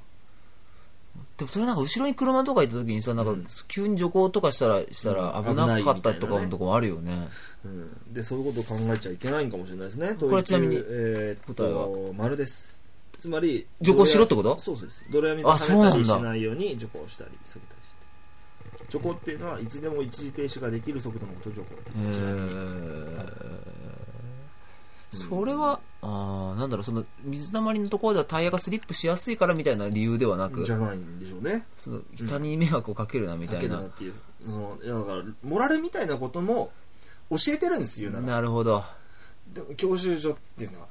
[SPEAKER 1] それなんか後ろに車とか行った時にさ、なんか急に徐行とかしたら、したら
[SPEAKER 2] うん
[SPEAKER 1] 危なかった
[SPEAKER 2] 危ないみたい
[SPEAKER 1] りと
[SPEAKER 2] な
[SPEAKER 1] か
[SPEAKER 2] ね
[SPEAKER 1] のとこもあるよね。
[SPEAKER 2] うんでそういうことを考えちゃいけないんかもしれないですね
[SPEAKER 1] これはちなみに
[SPEAKER 2] というえーっ
[SPEAKER 1] 答え
[SPEAKER 2] と丸ですつまり
[SPEAKER 1] 徐行しろってこと
[SPEAKER 2] そうです泥や水を
[SPEAKER 1] あそ
[SPEAKER 2] 跳
[SPEAKER 1] う
[SPEAKER 2] ね
[SPEAKER 1] な
[SPEAKER 2] た
[SPEAKER 1] ん
[SPEAKER 2] り
[SPEAKER 1] だ
[SPEAKER 2] しないように徐行したり避けたりして徐行っていうのはいつでも一時停止ができる速度のことを徐行って
[SPEAKER 1] え
[SPEAKER 2] 言います
[SPEAKER 1] ーそれは、あーなんだろう、その、水溜まりのところではタイヤがスリップしやすいからみたいな理由ではなく
[SPEAKER 2] じ、ゃないんでしょうね。
[SPEAKER 1] その、他に迷惑をかけるなみた
[SPEAKER 2] だ
[SPEAKER 1] い
[SPEAKER 2] けど
[SPEAKER 1] な
[SPEAKER 2] なっ。ていう。そのいやだから、モラルみたいなことも教えてるんですよ、言うなら
[SPEAKER 1] なるほど。
[SPEAKER 2] でも教習所っていうのは。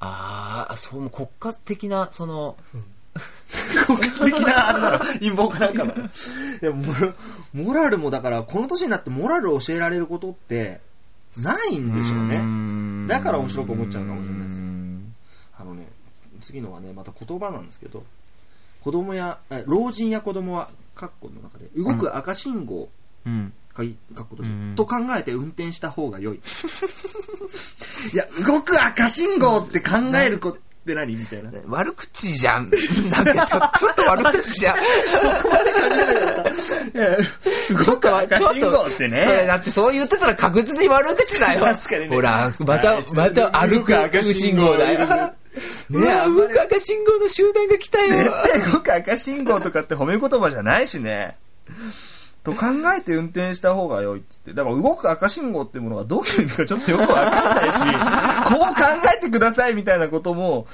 [SPEAKER 1] ああ、そう、もう国家的な、その、
[SPEAKER 2] 国家的な、あれなの、陰謀かなんかなの。いや、モラモラルもだから、この年になってモラルを教えられることって、ないんでしょうね。
[SPEAKER 1] ね
[SPEAKER 2] だから面白く思っちゃうかもしれないですよ
[SPEAKER 1] うん
[SPEAKER 2] あのね、次のはね、また言葉なんですけど、子供や、え老人や子供は、括弧の中で、動く赤信号、
[SPEAKER 1] うん。
[SPEAKER 2] かいかっことし
[SPEAKER 1] うん
[SPEAKER 2] と考えて運転した方が良い。 いや、動く赤信号って考えることって何みたいな。
[SPEAKER 1] 悪口じゃん。なんかちょ、 ちょっと悪口じゃん。ちょっと、ちょっと、それだってそう言ってたら確実に悪口だよ。
[SPEAKER 2] 確かにね
[SPEAKER 1] ほら、ま
[SPEAKER 2] あ
[SPEAKER 1] た
[SPEAKER 2] いつ、
[SPEAKER 1] また歩く赤信号だよ。ねえ、動く赤信号の集団が来たよ。
[SPEAKER 2] 動く赤信号とかって褒め言葉じゃないしね。と考えて運転した方が良いっつって。だから動く赤信号っていうものがどういう意味かちょっとよくわかん ないし、こう考えてくださいみたいなことも、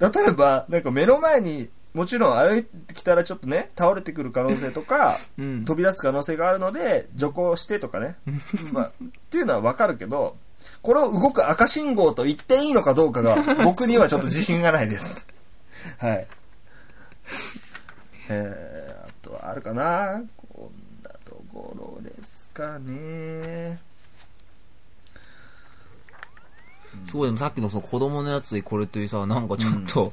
[SPEAKER 2] 例えば、なんか目の前に、もちろん歩いてきたらちょっとね、倒れてくる可能性とか、
[SPEAKER 1] うん
[SPEAKER 2] 飛び出す可能性があるので、徐行してとかね。まあ、っていうのはわかるけど、これを動く赤信号と言っていいのかどうかが、僕にはちょっと自信がないです。はい。えー、あとはあるかなこんなところですかね。
[SPEAKER 1] すごい、でもさっきのその子供のやつでこれというさ、なんかちょっと、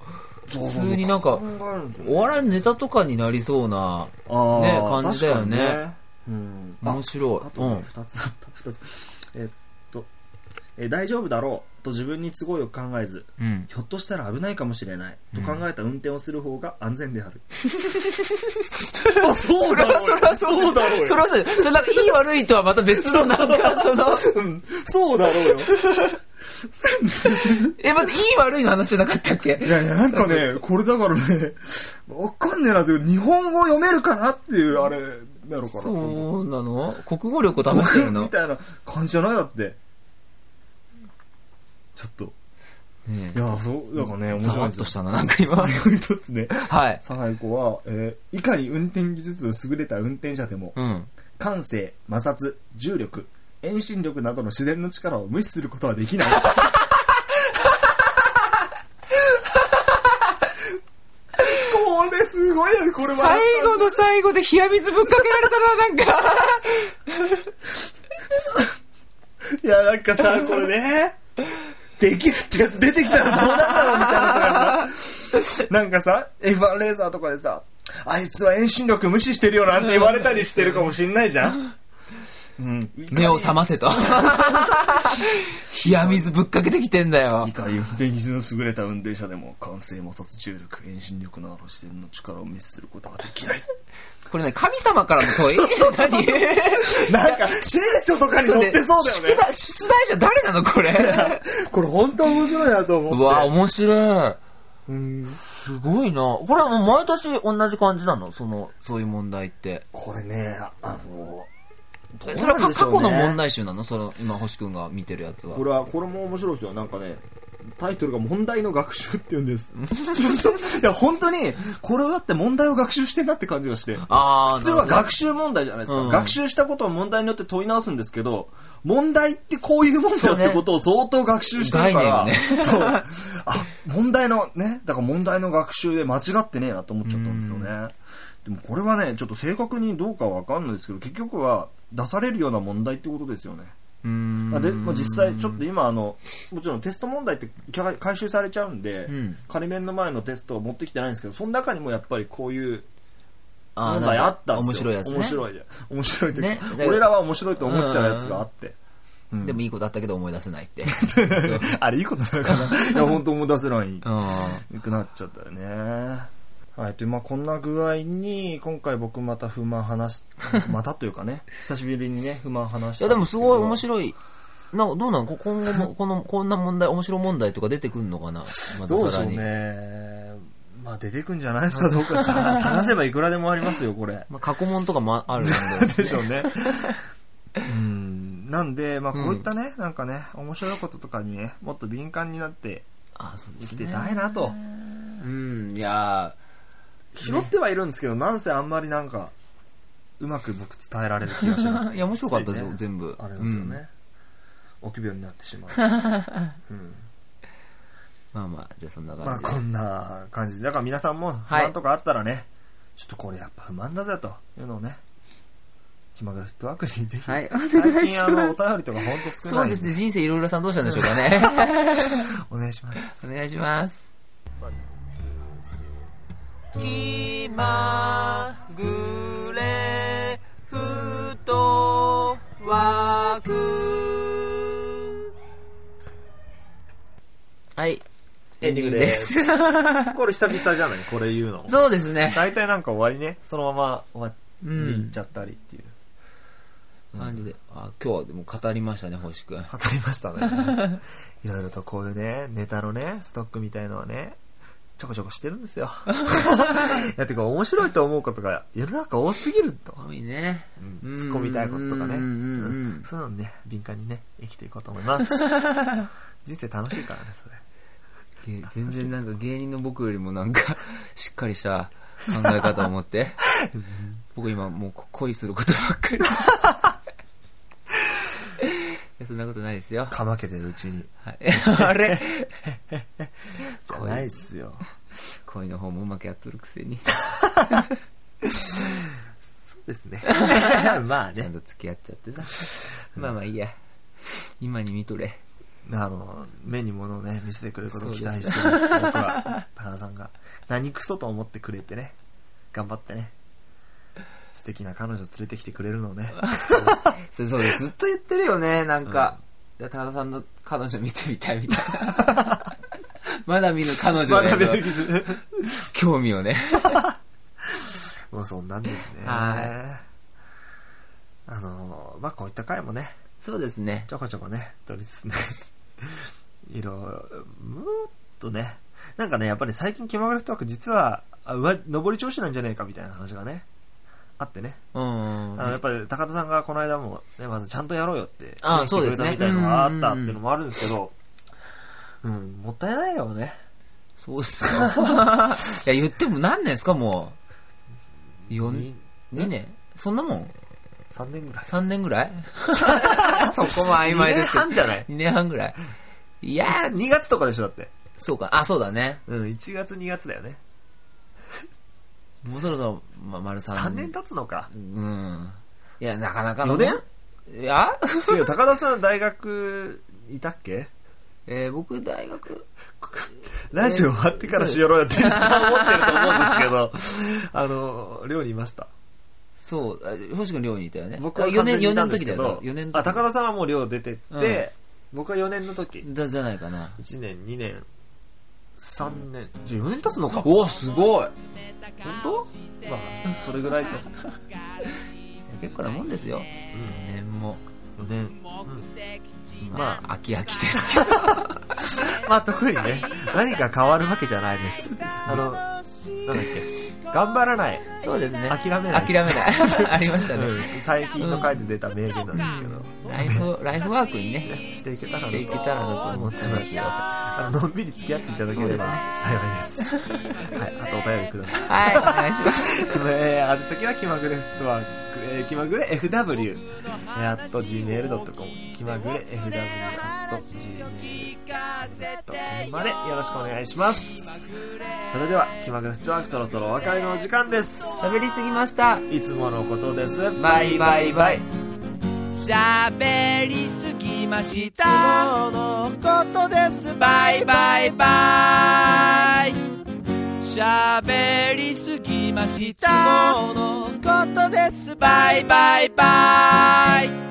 [SPEAKER 2] そうそう
[SPEAKER 1] 普通になんか
[SPEAKER 2] 考、えるんですよ
[SPEAKER 1] お笑いのネタとかになりそうな、
[SPEAKER 2] あー
[SPEAKER 1] ね感じだよね
[SPEAKER 2] 確かにうん、あ
[SPEAKER 1] 面白
[SPEAKER 2] あ
[SPEAKER 1] い。
[SPEAKER 2] と
[SPEAKER 1] う
[SPEAKER 2] ね、二
[SPEAKER 1] ん。
[SPEAKER 2] つあった、二つ。えっと、えー大丈夫だろうと自分に都合よく考えず、
[SPEAKER 1] うん。
[SPEAKER 2] ひょっとしたら危ないかもしれないと考えた運転をする方が安全である。 あ、そ
[SPEAKER 1] それは、それはそうだろうそれはそうそれなんか、いい悪いとはまた別の、なんか、その、
[SPEAKER 2] うんそうだろうよ。
[SPEAKER 1] え、待って、いい悪いの話じゃなかったっけ
[SPEAKER 2] いやいや、なんかね、これだからね、わかんねえなっていう、日本語読めるかなっていう、あれ、なのかな。
[SPEAKER 1] そうなの国語力を試してる
[SPEAKER 2] 僕
[SPEAKER 1] の
[SPEAKER 2] み
[SPEAKER 1] ね
[SPEAKER 2] たいな感じじゃないだって。ちょっと。
[SPEAKER 1] え
[SPEAKER 2] いや、そう、なんかね、面
[SPEAKER 1] ざ
[SPEAKER 2] 白
[SPEAKER 1] わ
[SPEAKER 2] い
[SPEAKER 1] っ
[SPEAKER 2] ですよ
[SPEAKER 1] としたな、なんか今。
[SPEAKER 2] 最後 一つね。
[SPEAKER 1] はい。
[SPEAKER 2] サハイコは、えーいかに運転技術を優れた運転者でも、
[SPEAKER 1] うん。
[SPEAKER 2] 感性、摩擦、重力、遠心力などの自然の力を無視することはできない。 これすごいよね、これは。
[SPEAKER 1] 最後の最後で冷や水ぶっかけられたな、なんか。
[SPEAKER 2] いや、なんかさ、これね、できるってやつ出てきたらどうなんだろうみたいなことがさ、なんかさ、F1 レーサーとかでさ、あいつは遠心力無視してるよなんて言われたりしてるかもしんないじゃん。
[SPEAKER 4] うん。
[SPEAKER 1] 目を覚ませと。冷や水ぶっかけてきてんだよ
[SPEAKER 6] い。かに運転技術の優れた運転者でも完成摩擦重力遠心力のある視点の力をミスすることはできない
[SPEAKER 1] これね、神様からの問い 何
[SPEAKER 4] なんか、聖書とかに載ってそうだよね。
[SPEAKER 1] 出題出題者誰なのこれ。
[SPEAKER 4] これ本当面白いなと思って。
[SPEAKER 1] うわ、面白い。
[SPEAKER 4] うん
[SPEAKER 1] すごいな。これはもう毎年同じ感じなのその、そういう問題って。
[SPEAKER 4] これね、あの、どうなんでし
[SPEAKER 1] そ
[SPEAKER 4] ょ
[SPEAKER 1] れ
[SPEAKER 4] う
[SPEAKER 1] は
[SPEAKER 4] ね
[SPEAKER 1] 過去の問題集なのその、今、星くんが見てるやつは
[SPEAKER 2] こ。れは、これも面白いですよ。なんかね、タイトルが問題の学習って言うん です。
[SPEAKER 4] いや、本当に、これだって問題を学習してんなって感じがして。
[SPEAKER 1] あー、
[SPEAKER 2] 普通は学習問題じゃないですか、
[SPEAKER 1] うん
[SPEAKER 2] 学習したことを問題によって問い直すんですけど問題ってこういうもんだ
[SPEAKER 1] そう
[SPEAKER 2] っ
[SPEAKER 1] ね
[SPEAKER 2] てことを相当学習してるから、
[SPEAKER 1] 概念を
[SPEAKER 2] そうあ問題のねだから問題の学習で間違ってねえなと思っちゃったんですよねでもこれはねちょっと正確にどうかわかんないですけど結局は出されるような問題ってことですよね
[SPEAKER 1] うーん。
[SPEAKER 2] でまあ実際ちょっと今あのもちろんテスト問題って回回収されちゃうんで、
[SPEAKER 1] うん
[SPEAKER 2] 仮面の前のテストを持ってきてないんですけどその中にもやっぱりこういう
[SPEAKER 1] あー
[SPEAKER 2] 問題あったん
[SPEAKER 1] 面
[SPEAKER 2] ですよ。
[SPEAKER 1] 白いやつね。
[SPEAKER 2] 面白いで。面白いというか、
[SPEAKER 1] ね
[SPEAKER 2] 俺らは面白いと思っちゃうやつがあって。うん
[SPEAKER 1] でもいいことあったけど思い出せな いって。
[SPEAKER 2] あれいいことなのかな いや、本当思い出せない。
[SPEAKER 1] うん。
[SPEAKER 2] よくなっちゃったよね。はい。という、まあこんな具合に、今回僕また不満話し、またというか ね、久しぶりにね、不満話し
[SPEAKER 1] い
[SPEAKER 2] た
[SPEAKER 1] や、でもすごい面
[SPEAKER 2] い。
[SPEAKER 1] 白い。などうなのこ今後も、この、こんな問題、面白問題とか出てくんのかなまた
[SPEAKER 2] どうで
[SPEAKER 1] さ
[SPEAKER 2] し
[SPEAKER 1] ら
[SPEAKER 2] ょう
[SPEAKER 1] に。
[SPEAKER 2] ね。まあ出てくんじゃないですか、どうか。 さ探せばいくらでもありますよ、これ。
[SPEAKER 1] まあ、過去問とかもあるなんで。
[SPEAKER 2] でしょう ね。うん。なんで、まあこういったね、なんかね、面白いこととかにね、もっと敏感になって
[SPEAKER 1] あー、そうで
[SPEAKER 2] 生
[SPEAKER 1] す
[SPEAKER 2] き
[SPEAKER 1] ね
[SPEAKER 2] て。たいなと。
[SPEAKER 1] うん、いや
[SPEAKER 2] 拾ってはいるんですけど、なんせあんまりなんか、うまく僕伝えられる気がしなく
[SPEAKER 1] ー
[SPEAKER 2] て。
[SPEAKER 1] いや、面白かったですよ
[SPEAKER 2] つい、ね
[SPEAKER 1] 全部。
[SPEAKER 2] あれなんですよ
[SPEAKER 1] うん
[SPEAKER 2] ね。臆病になってしま う。
[SPEAKER 1] まあまあ、じゃあそんな
[SPEAKER 2] まあ
[SPEAKER 1] 感じで。
[SPEAKER 2] こんな感じで。だから皆さんも不満とかあったらね、ちょっとこれやっぱ不満だぜというのをね、気まぐれフットワークにぜひ。
[SPEAKER 1] はい、お願
[SPEAKER 2] 最
[SPEAKER 1] いし
[SPEAKER 2] 近あの、
[SPEAKER 1] ま
[SPEAKER 2] お
[SPEAKER 1] す。
[SPEAKER 2] 便りとかほんと少
[SPEAKER 1] そ
[SPEAKER 2] な
[SPEAKER 1] う
[SPEAKER 2] いん
[SPEAKER 1] ですね、人生いろいろさんどうしたんでしょうかね。
[SPEAKER 2] お願いします。
[SPEAKER 1] お願いします。気まぐれふとわく。はい。
[SPEAKER 2] エンディングです。これ久々じゃないこれ言うの。
[SPEAKER 1] そうですね。
[SPEAKER 2] 大体なんか終わりね、そのまま終わっ
[SPEAKER 1] う
[SPEAKER 2] 行っ
[SPEAKER 1] ん
[SPEAKER 2] ち。ゃったりっていう。
[SPEAKER 1] 感じで。あ、今日はでも語りましたね、星くん。
[SPEAKER 2] 語りました ね。いろいろとこういうね、ネタのね、ストックみたいのはね、ちょこちょこしてるんです よ。いや、てか面白いと思うことが世の中多すぎると。
[SPEAKER 1] 多いね。
[SPEAKER 2] うん突っ込みたいこととかね。
[SPEAKER 1] うんうんう
[SPEAKER 2] う
[SPEAKER 1] ん
[SPEAKER 2] んそういうのにね、敏感にね、生きていこうと思い ます。人生楽しいからね、それ。
[SPEAKER 1] げ全然なんか芸人の僕よりもなん か、しっかりした考え方を持って。僕今もうこ恋することばっかり。いやそんなことないですよ。
[SPEAKER 2] かまけてるうちに。
[SPEAKER 1] はい、 あれ
[SPEAKER 2] じゃ
[SPEAKER 1] 恋
[SPEAKER 2] ないっすよ。
[SPEAKER 1] 恋の方もうまくやっとるくせに。
[SPEAKER 2] そうですね。 まあ
[SPEAKER 1] ちゃん
[SPEAKER 2] ね。
[SPEAKER 1] と付き合っちゃってさ。まあまあいいや。今に見とれ。
[SPEAKER 2] あの、目に物をね、見せてくれることを期待
[SPEAKER 1] そう
[SPEAKER 2] してるんです、僕は。田原さんが。何クソと思ってくれてね。頑張ってね。素敵な彼女連れてきてくれるのをね。
[SPEAKER 1] それそうですずっと言ってるよね、なんか。いや、田中さんの彼女見てみたいみたい な。まだ見ぬ彼女への 興味をね。
[SPEAKER 2] もうそんなんですね。
[SPEAKER 1] は
[SPEAKER 2] あの、まあ、こういった回もね、
[SPEAKER 1] そうですね。
[SPEAKER 2] ちょこちょこね、取りつつね。 いろ、もっとね。なんかね、やっぱり最近気まぐれフットワーク実は、あうわ、上り調子なんじゃねえかみたいな話がね、あってね。
[SPEAKER 1] うん。
[SPEAKER 2] あのやっぱり高田さんがこの間も、ね、まずちゃんとやろうよって、ね、
[SPEAKER 1] ああ
[SPEAKER 2] 言ってくれたみたいなのがあったっていうのもあるんですけど、うんもったいないよね。
[SPEAKER 1] そうっすよ。 いや、言っても何年ですか、もう。4、2年そんなもん
[SPEAKER 2] 3年ぐらい。
[SPEAKER 1] ?3 年ぐら いそこも曖昧ですけど。
[SPEAKER 2] 2年半じゃない
[SPEAKER 1] 2年半ぐらい。いやー、
[SPEAKER 2] 2月とかでしょ、だって。
[SPEAKER 1] そうか。あ、そうだね。
[SPEAKER 2] うん、1月2月だよね。
[SPEAKER 1] もうそろそろ、ま、丸3
[SPEAKER 2] 3年経つのか。
[SPEAKER 1] うん。いや、なかなかの、
[SPEAKER 2] 四
[SPEAKER 1] いや
[SPEAKER 2] 違う、高田さん大学、いたっけ
[SPEAKER 1] えー僕、大学、
[SPEAKER 2] ラジオ終わ ってからしよろうやってる人は思ってると思うんですけど、あの、寮にいました。
[SPEAKER 1] そう、あ星君寮にいたよね。
[SPEAKER 2] 僕は
[SPEAKER 1] 4
[SPEAKER 2] 完全にい
[SPEAKER 1] 年、4
[SPEAKER 2] た
[SPEAKER 1] 年
[SPEAKER 2] んです
[SPEAKER 1] の時だ
[SPEAKER 2] けど
[SPEAKER 1] よな。4年の時
[SPEAKER 2] あ高田さんはもう寮出てって、僕は4年の時
[SPEAKER 1] だじゃないかな。
[SPEAKER 2] 1年2年3年4年経つのか
[SPEAKER 1] おお、すごい
[SPEAKER 2] 本 当まあそれぐらいか
[SPEAKER 1] 結構なもんですよ。年も。
[SPEAKER 2] 4年、
[SPEAKER 1] まあ、飽き飽きですけど。
[SPEAKER 2] まあ特に ね何か変わるわけじゃないですあのなんだっけ頑張らない、
[SPEAKER 1] そうですね。
[SPEAKER 2] 諦めない
[SPEAKER 1] 諦めない。 ありましたね。
[SPEAKER 2] うん最近の回で出た名言なんですけど、
[SPEAKER 1] ライフ、ライフワーク にね、
[SPEAKER 2] していけたらな
[SPEAKER 1] していけたらなと思ってますよ。は
[SPEAKER 2] あののんびり付き合っていただければ幸いですはいあとお便りください
[SPEAKER 1] い、お願いし ます。
[SPEAKER 2] えー、宛先は気まぐれフットワーク、えー、気まぐれ FW、えー、あと gmail.com 気まぐれ FW あと gmail.com までよろしくお願いしますそれでは気まぐれフットワークそろそろお別れのお時間です
[SPEAKER 1] 喋りすぎました。
[SPEAKER 2] いつものことです
[SPEAKER 1] バイバイバイ。
[SPEAKER 3] しゃべりすぎましたいつものことですバイバイバイしゃべりすぎましたいつものことですバイバイバイ